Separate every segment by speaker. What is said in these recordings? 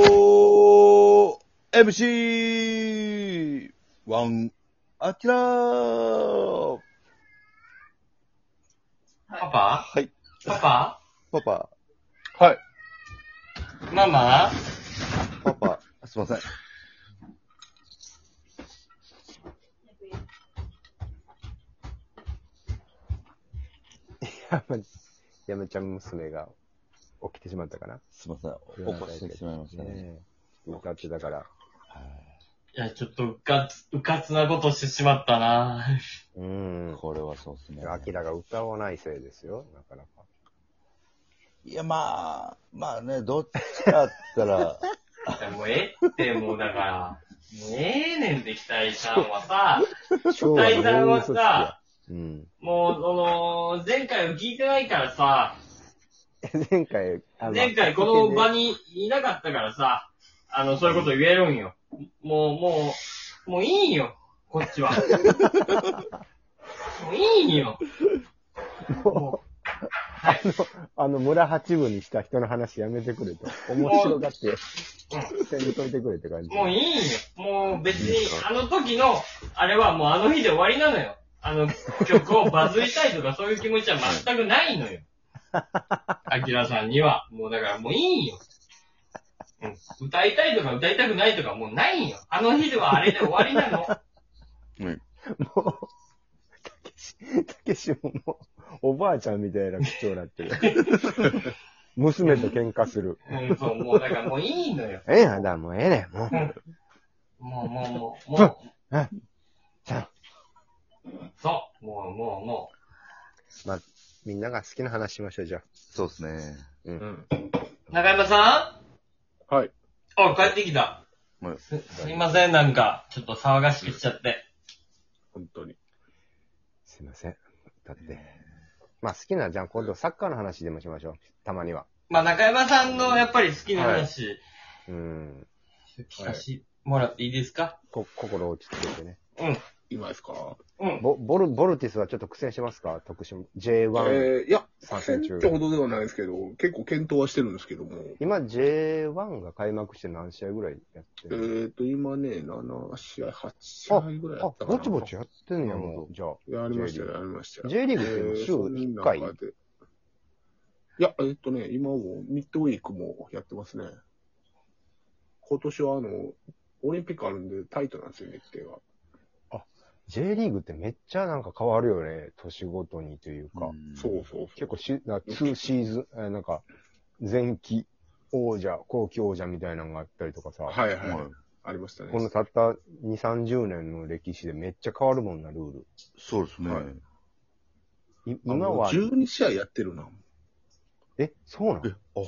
Speaker 1: 4 MC ワンアキラー
Speaker 2: パパ
Speaker 1: はい。
Speaker 2: パ
Speaker 1: パパ、
Speaker 3: はい。
Speaker 2: パママ
Speaker 1: パパ、すいません。
Speaker 3: 山山ちゃん娘が起きてしまったかな。
Speaker 1: すいません。起こしてしまいましたね。
Speaker 3: ねえ歌ってたから。
Speaker 2: いや、ちょっとうかつ、うかつなことしてしまったな
Speaker 3: う
Speaker 1: はい
Speaker 3: ん。
Speaker 1: これはそうですね。
Speaker 3: アキラが歌わないせいですよ、なかなか。
Speaker 1: いや、まあ、まあね、どっちかって言ったら、
Speaker 2: いやもうええって、もうだから、もうええねんで、期待さんはさ、期待さんはさ、
Speaker 3: うん。
Speaker 2: もう、その、前回を聞いてないからさ、
Speaker 3: 前回、あの
Speaker 2: 前回この場。にいなかったからさ、あの、そういうこと言えるんよ。もう、もう、もういいよ、こっちは。もういいよ。
Speaker 3: もうあの、村八分にした人の話やめてくれと。面白がって、攻めといてくれって感じ。
Speaker 2: もういいよ。もう別に、あの時の、あれはもうあの日で終わりなのよ。あの曲をバズりたい とかそういう気持ちは全くないのよ。アキラさんには。もうだからもういいよ。うん、歌いたいとか歌いたくないとかもうないんよ。あの日ではあれで終わりなの。
Speaker 3: もう、たけし、たけしももう、おばあちゃんみたいな口調になってる。娘と喧嘩する。
Speaker 2: うん、そう、もうだからもういいのよ。
Speaker 3: ええやんだ、もうええねん、もう。
Speaker 2: もうもうもう、もう。
Speaker 3: うんうん
Speaker 2: そう、もうもうも
Speaker 3: まあ、みんなが好きな話しましょう、じゃあ。
Speaker 1: そうですね。
Speaker 2: う。うん。中山さん
Speaker 3: はい。
Speaker 2: あ、帰ってきた。
Speaker 1: はい
Speaker 2: すすいません、なんか、ちょっと騒がしくしちゃって。
Speaker 3: 本当に。すいません。だって。まあ、好きな、じゃあ今度サッカーの話でもしましょう。たまには。
Speaker 2: まあ、中山さんのやっぱり好きな話、
Speaker 3: うん。
Speaker 2: 聞かしてもらっていいですか、
Speaker 3: こ、心落ち着けてね。
Speaker 4: 今ですか
Speaker 2: うん。
Speaker 3: ボ、ボル、ボルティスはちょっと苦戦してますか徳島、J1。
Speaker 4: えー、いや、
Speaker 3: 参
Speaker 4: 戦
Speaker 3: 戦中
Speaker 4: ってほどではないですけど、結構検討はしてるんですけども、
Speaker 3: 今 J1 が開幕して何試合ぐらいやって
Speaker 4: えっ、
Speaker 3: る
Speaker 4: と、今ね、7試合、8試合ぐらいや
Speaker 3: あ
Speaker 4: っ、たかな。
Speaker 3: ぼちぼちやってんや、もう。じゃあ。
Speaker 4: やりましたよ、やりましたよ。
Speaker 3: J リーグって週
Speaker 4: えーそんな
Speaker 3: 1回。
Speaker 4: 中でいや、えっ、とね、今もミッドウィークもやってますね。今年はあの、オリンピックあるんでタイトなんですよ、日程が。
Speaker 3: J リーグってめっちゃなんか変わるよね。年ごとにというか。
Speaker 4: そうそうそ
Speaker 3: 結構し、な2シーズン、えーなんか、前期王者、後期王者みたいなのがあったりとかさ。
Speaker 4: う。はいはい、
Speaker 1: はい
Speaker 4: ありましたね。
Speaker 3: このたった2、30年の歴史でめっちゃ変わるもんな、ルール。
Speaker 1: そうですね。
Speaker 4: はい
Speaker 3: い
Speaker 4: あ
Speaker 3: 今
Speaker 4: もう
Speaker 3: は、
Speaker 4: 12試合やってるな。
Speaker 3: え、そうなの
Speaker 1: え、あ、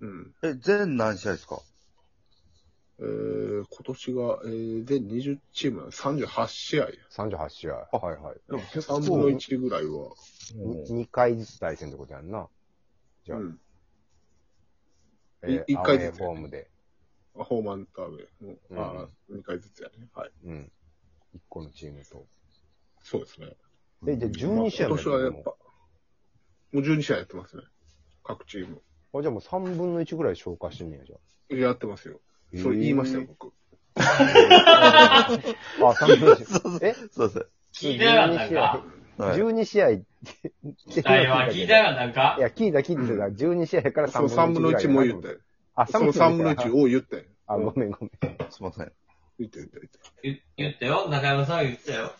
Speaker 4: うん。
Speaker 1: え、全何試合ですか
Speaker 4: えー、今年が、えー、で20チームなんで38試合。
Speaker 3: ?38 試合。はいはい。
Speaker 4: でも3分の1ぐらいは。
Speaker 3: 2回ずつ対戦ってことやんな。じゃあ、
Speaker 4: うん。
Speaker 3: え
Speaker 4: い
Speaker 3: ー、
Speaker 4: 一回
Speaker 3: アウ
Speaker 4: ずつ
Speaker 3: ェーフォームで。
Speaker 4: ホーマンターウェイの、
Speaker 3: うん
Speaker 4: まあ、2回ずつやね。はい。
Speaker 3: うん。1個のチームと。
Speaker 4: そうですね。
Speaker 3: え、じゃあ
Speaker 4: まあ
Speaker 3: 12試合もやっ
Speaker 4: 今年
Speaker 3: て
Speaker 4: はや
Speaker 3: る
Speaker 4: っ
Speaker 3: の
Speaker 4: ぱ、もう12試合やってますね。各チーム。
Speaker 3: あ、じゃあもう3分の1ぐらい消化してんねや、じゃあ。
Speaker 4: やってますよ。それ言いましたよ、僕。
Speaker 3: あ、3分の1。え
Speaker 1: そうですね。
Speaker 2: 聞いてなかったんか
Speaker 1: はい。
Speaker 3: 12試合って。
Speaker 2: 期待 は聞いてなかったんか
Speaker 3: いや、聞いた聞いてた。12試合から
Speaker 4: その
Speaker 3: 3
Speaker 4: 3
Speaker 3: 分
Speaker 4: 分
Speaker 3: の
Speaker 4: の
Speaker 3: 1
Speaker 4: 1
Speaker 3: ぐ
Speaker 4: も
Speaker 3: らい
Speaker 4: 言ったよ。
Speaker 3: あ、
Speaker 4: その3分の
Speaker 3: 1
Speaker 4: 1を言ったよ。
Speaker 3: あ、ごめんごめん。
Speaker 1: すいません。
Speaker 4: 言った言った言っ
Speaker 2: 言言ったよ。中山さんは言ってたよ。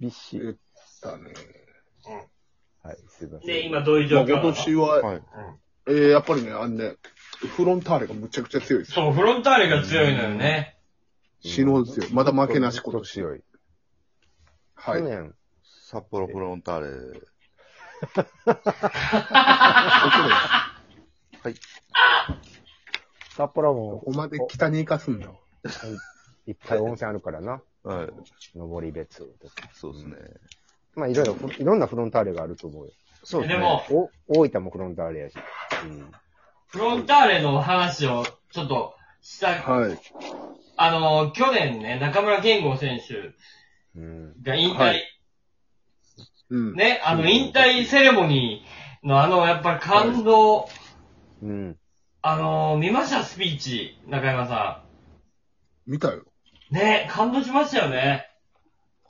Speaker 3: 厳しい。
Speaker 4: た。だね。
Speaker 3: はい、すいません。
Speaker 2: で、今どういう状
Speaker 4: まあ今
Speaker 2: 況なの
Speaker 4: 年は、
Speaker 1: はい。
Speaker 4: えー、やっぱりね、あのね、フロンターレがむちゃくちゃ強いですよ。
Speaker 2: そう、フロンターレが強いのよね。
Speaker 4: 死ぬほど強い。まだ負けなし今
Speaker 3: と
Speaker 4: 年。
Speaker 3: 強い。
Speaker 4: は
Speaker 3: 去
Speaker 4: い。
Speaker 3: 年、
Speaker 1: 札幌フロンターレ。
Speaker 3: 札幌
Speaker 4: こ
Speaker 3: も
Speaker 4: こまで北に行かすんだわ。
Speaker 3: いっぱい温泉あるからな。
Speaker 1: はい。
Speaker 3: 登別とか。
Speaker 1: そうですね。
Speaker 3: まあ、いろいろ、いろんなフロンターレがあると思うよ。
Speaker 1: そうです
Speaker 2: で
Speaker 1: ね。
Speaker 2: も、
Speaker 3: お、大分もフロンターレやし。うん。
Speaker 2: フロンターレの話をちょっとした、
Speaker 4: はい。
Speaker 2: あの、去年ね、中村健吾選手
Speaker 3: うん。
Speaker 2: が引退、
Speaker 4: はいうん。
Speaker 2: ね、あの、引退セレモニーのあの、やっぱり感動、
Speaker 3: うん。
Speaker 2: あのー、見ましたスピーチ、中山さ
Speaker 4: 見たよ。
Speaker 2: ん。ね感動しましたよね。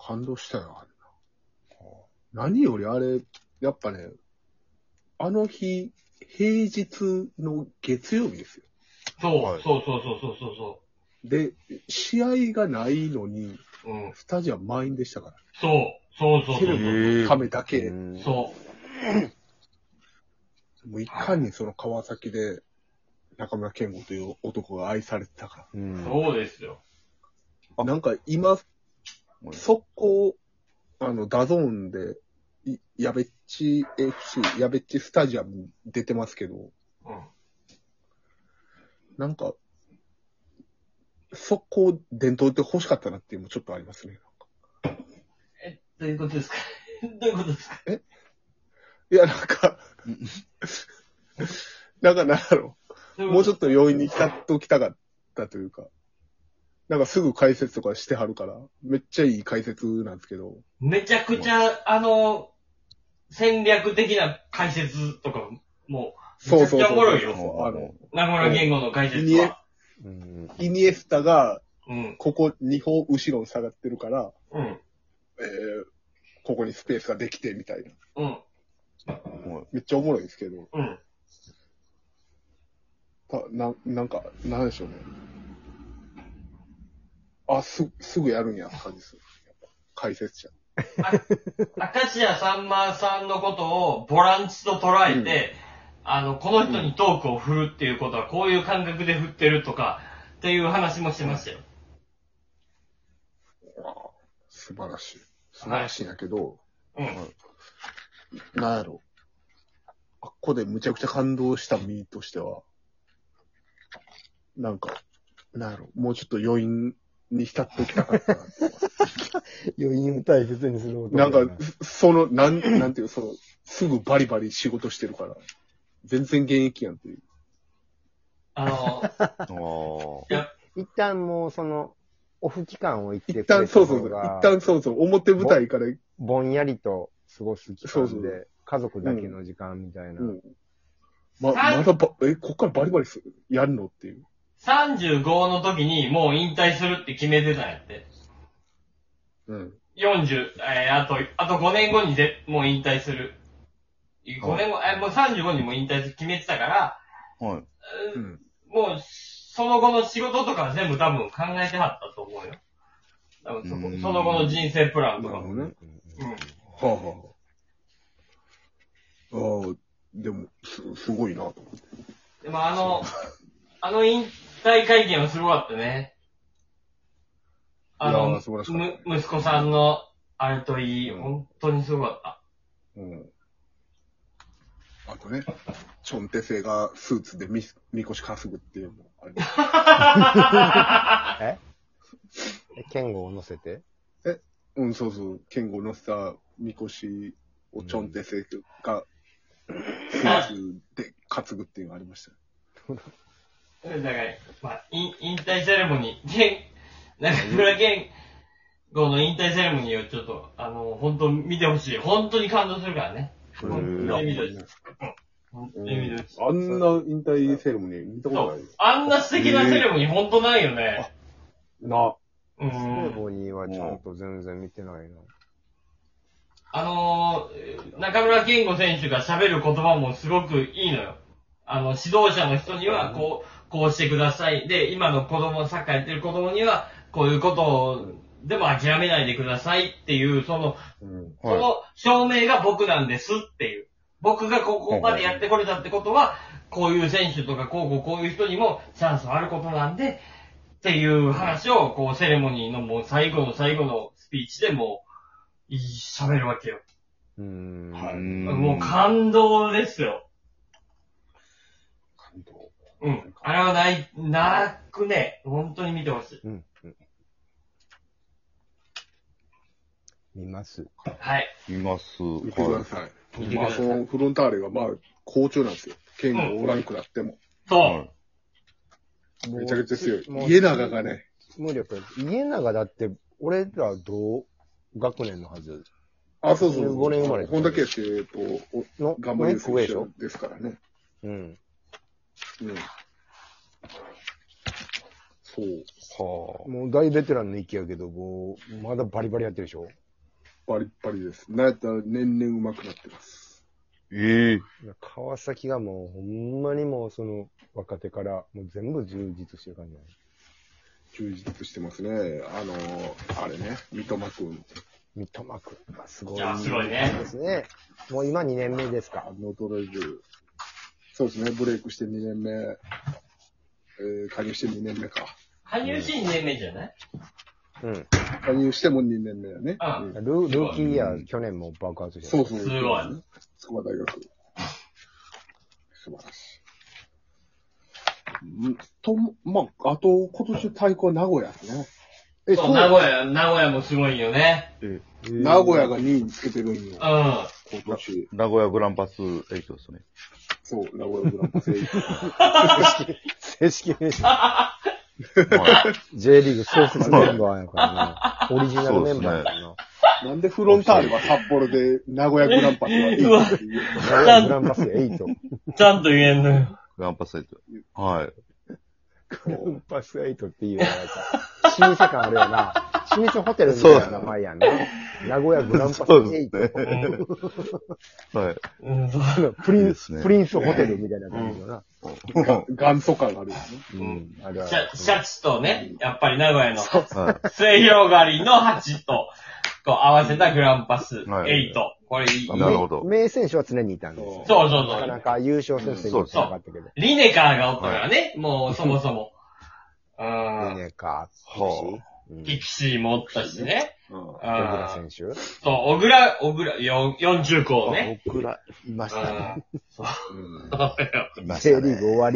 Speaker 4: 感動したよ、あれな。何よりあれ、やっぱね、あの日、平日の月曜日ですよ。
Speaker 2: そう、
Speaker 1: はい
Speaker 2: そうそうそうそうそうそ
Speaker 4: で、試合がないのに、
Speaker 2: う。うん。
Speaker 4: スタジアム満員でしたか
Speaker 2: そう、そうそう
Speaker 4: ら。
Speaker 2: そう
Speaker 4: テ
Speaker 2: そう。
Speaker 4: レビのためだけで、
Speaker 3: うん
Speaker 2: そう。
Speaker 4: もういかにその川崎で、中村健吾という男が愛されてたか
Speaker 3: うん
Speaker 2: そうですよ。
Speaker 4: ら。なんか今、速攻、あの、ダゾーンで、いやべっち FC、やべっちスタジアムに出てますけど、
Speaker 2: うん。
Speaker 4: なんか、速攻伝統って欲しかったなっていうのもちょっとありますね。
Speaker 2: え、どういうことですか どういうことですか
Speaker 4: いや、なんか、なんかなんだろう。もうちょ
Speaker 2: っ
Speaker 4: っと容易に浸っときたかったというか、なんかすぐ解説とかしてはるから、めっちゃいい解説なんですけど、
Speaker 2: と。めちゃくちゃ、あのー、戦略的な解説とか、もう、
Speaker 4: そうそう
Speaker 2: めちゃくちゃ
Speaker 4: そう
Speaker 2: おもろい
Speaker 4: そう
Speaker 2: よ。
Speaker 4: そうあの、
Speaker 2: 中村言語の解説は。
Speaker 3: うん
Speaker 4: イニエスタが
Speaker 2: うん。
Speaker 4: ここ2歩後ろに下がってるから、
Speaker 2: うん。
Speaker 4: えー、ここにスペースができてみたいな。
Speaker 2: うん。
Speaker 4: めっちゃおもろいですけど、
Speaker 2: うん。
Speaker 4: たななんか、なんでしょうね。あ、す、すぐやるんやって感じでする。解説者。
Speaker 2: 明石家さんまさんのことをボランチと捉えて、あの、この人にトークを振るっていうことは、こういう感覚で振ってるとか、っていう話もしてましたよ。
Speaker 4: わあ素晴らしい。素晴らしいんやけど、
Speaker 2: うん。
Speaker 4: なんやろ。あっこでむちゃくちゃ感動した身としては、なんか、なんやろ、もうちょっと余韻に浸っておきたかったなって思います。
Speaker 3: 余韻を大切にする男
Speaker 4: な
Speaker 3: だ
Speaker 4: んか、その、なん、 なんていう、その、すぐバリバリ仕事してるから、全然現役やんっていう。
Speaker 2: あの、
Speaker 1: あー
Speaker 3: 一旦もうその、オフ期間を行って
Speaker 4: 一旦、そうそうそう、
Speaker 3: が
Speaker 4: 一旦そうそう、表舞台から、
Speaker 3: ぼんやりと過ごす期
Speaker 4: そうそ
Speaker 3: 間
Speaker 4: う
Speaker 3: で、家族だけの時間みたいな。
Speaker 4: うんま、まだば、え、こっからバリバリするやるのっていう。
Speaker 2: 35の時にもう引退するって決めてたんやって。
Speaker 4: うん。
Speaker 2: 40、えー、あと、あと5年後にぜ、もう引退する。5年後、えー、もう35にも引退する決めてたから、
Speaker 1: はい。
Speaker 2: う
Speaker 4: うんん。
Speaker 2: もう、その後の仕事とか全部多分考えてはったと思うよ。多分そこ
Speaker 1: うん
Speaker 2: その後の人生プランと
Speaker 4: な
Speaker 2: か
Speaker 4: る
Speaker 2: も。
Speaker 4: ほどね。
Speaker 2: うん。
Speaker 4: はあ、はあ、ああ、でも、す、すごいなと思って。
Speaker 2: でもあの、あの引退会見はすごかったね。あ
Speaker 4: いや
Speaker 2: の
Speaker 4: ー素晴らし、かった
Speaker 2: む息子さんの、あれといい、
Speaker 4: うん
Speaker 2: 本当にすごかった。
Speaker 4: うん。あとね、チョンテセがスーツでみ、みこし担ぐっていうのもあれ。
Speaker 3: え剣豪を乗せて
Speaker 4: うん、そうそう。剣豪のさ、みこしをチョンテセが、スーツで担ぐっていうのがありましたよ。
Speaker 2: だから、まあ、引引退セレモニー、現中村健吾の引退セレモニーをちょっと、あの、本当見てほしい。本当に感動するからね。
Speaker 1: へ
Speaker 2: 本
Speaker 1: ー
Speaker 2: 当に見てほしい。本当に見てほしい。
Speaker 4: あんな引退セレモニー見たこ
Speaker 2: そ。。
Speaker 4: とないう
Speaker 2: あんな素敵なセレモニー本当ないよね。
Speaker 4: な。
Speaker 2: う
Speaker 3: スノー
Speaker 2: ん。
Speaker 3: ボニーはちゃんと全然見てないな。
Speaker 2: あのー、中村健吾選手が喋る言葉もすごくいいのよ。あの、指導者の人には、こう、こうしてください。で、今の子供、サッカーやってる子供には、こういうことを、でも諦めないでくださいっていう、その、
Speaker 4: うん。
Speaker 2: その証明が僕なんですっていう。僕がここまでやってこれたってことは、こういう選手とか、こうこうこういう人にもチャンスはあることなんで、っていう話を、こう、セレモニーのもう最後の最後のスピーチでもう、いい喋るわけよ。
Speaker 3: うーん。
Speaker 4: は
Speaker 1: う
Speaker 4: い
Speaker 1: ん
Speaker 2: もう感動ですよ。
Speaker 4: 感動。
Speaker 2: うん。あれはない、なくね、本当に見てほしい。
Speaker 3: うん。うん見ます。
Speaker 2: はい。
Speaker 1: います。
Speaker 4: 見てください。
Speaker 2: 見てく
Speaker 4: ま
Speaker 2: だ
Speaker 4: あ、
Speaker 2: さ
Speaker 4: そ
Speaker 2: い。
Speaker 4: のフロンターレが、まあ、好調なんですよ。剣豪おらんくなっても。
Speaker 1: はい。
Speaker 2: そう。
Speaker 4: めちゃくちゃ強い。
Speaker 3: もう
Speaker 4: 家長がね、
Speaker 3: 無力。家長だって、俺ら同学年のはず。
Speaker 4: あ、そうそうそう。
Speaker 3: 15年生まれ
Speaker 4: 本田圭佑と、お
Speaker 3: の、
Speaker 4: 頑張り
Speaker 3: の一個上で
Speaker 4: 選
Speaker 3: しょ
Speaker 4: 手ですからね。
Speaker 3: うん。
Speaker 4: うん。そう。
Speaker 1: は
Speaker 3: もう大ベテランの域やけど、もう、まだバリバリやってるでしょ
Speaker 4: バリッバリです。なんやったら年々上手くなってます。
Speaker 1: あ。ええ
Speaker 3: 川崎がもう、ほんまにもう、その、若手から、もう全部充実してる感じだね。
Speaker 4: 充実してますね。あのー、あれね、三笘くん。
Speaker 3: 三笘くんがすごい。
Speaker 2: いやすごいね
Speaker 3: ですね。もう今2年目です
Speaker 4: あ
Speaker 3: か。
Speaker 4: のドライブ。そうですね、ブレイクして2年目。えー、加入して2年目か。
Speaker 2: 羽生人2年目じゃない
Speaker 3: うん。
Speaker 4: 加入しても2年目だね。
Speaker 2: あ
Speaker 4: うん
Speaker 3: ルルーキーイヤー、去年も爆発して
Speaker 4: そ
Speaker 3: る
Speaker 4: うそう。
Speaker 2: すごい
Speaker 4: 筑波大学。素晴らしい。んと、まあ、あと、今年対抗は名古屋ですね。
Speaker 3: え
Speaker 2: そう、名古屋、名古屋もすごいよね。
Speaker 4: 名古屋が2位につけてるんよ
Speaker 2: う、ん。
Speaker 4: 今年。
Speaker 1: 名古屋グランパス8ですね。
Speaker 4: そう、名古屋グランパスエイト。
Speaker 3: 正式名称。
Speaker 1: はい。
Speaker 3: J リーグ創設メンバーやからね。オリジナルメンバーやからな。
Speaker 4: なんでフロンターレは札幌で名古屋グランパスはエイトっていう
Speaker 3: 名古屋グランパス8。
Speaker 2: ちゃんと言えんのよ。
Speaker 1: グランパス8。はい。
Speaker 3: グランパス8っていうのがなんか、老舗感あるよな。老舗ホテルみたいな名前やな。名古屋グランパス
Speaker 1: そうです
Speaker 3: 8。
Speaker 1: ね。はい。
Speaker 2: うん、そう
Speaker 3: あのプリ
Speaker 1: いい
Speaker 3: ン
Speaker 1: です
Speaker 3: ス、
Speaker 1: ね
Speaker 3: プリンスホテルみたいな感じだな。
Speaker 4: が元祖感があるよね。
Speaker 3: うん。あるあ
Speaker 2: シャ
Speaker 3: る。
Speaker 2: シャチとね、やっぱり名古屋の
Speaker 1: は
Speaker 2: 水曜狩りの8と、こう合わせたグランパス
Speaker 1: はい
Speaker 2: 8。これいい。
Speaker 1: い。なるほど。
Speaker 3: 名選手は常にいたんですよ。
Speaker 2: そうそう
Speaker 3: な
Speaker 2: そ
Speaker 3: かな
Speaker 2: う。
Speaker 3: か優勝戦線に行ってなかったけど。
Speaker 2: リネカーがおったからね、もうそもそも。う
Speaker 3: リ
Speaker 2: ん。
Speaker 3: ネカ
Speaker 1: は
Speaker 3: ー、
Speaker 2: ピ
Speaker 3: ピ
Speaker 2: ク
Speaker 3: クシー
Speaker 2: シーもおったしね。
Speaker 4: うん
Speaker 2: う
Speaker 3: うん小倉
Speaker 2: ん。
Speaker 3: 選手
Speaker 2: そう、小倉、小倉、よん40校ね。
Speaker 1: 僕ら、いま
Speaker 2: うん。
Speaker 1: したね。
Speaker 2: そうだよ。
Speaker 1: いました
Speaker 3: J リ
Speaker 1: ね
Speaker 3: ーグ終わり。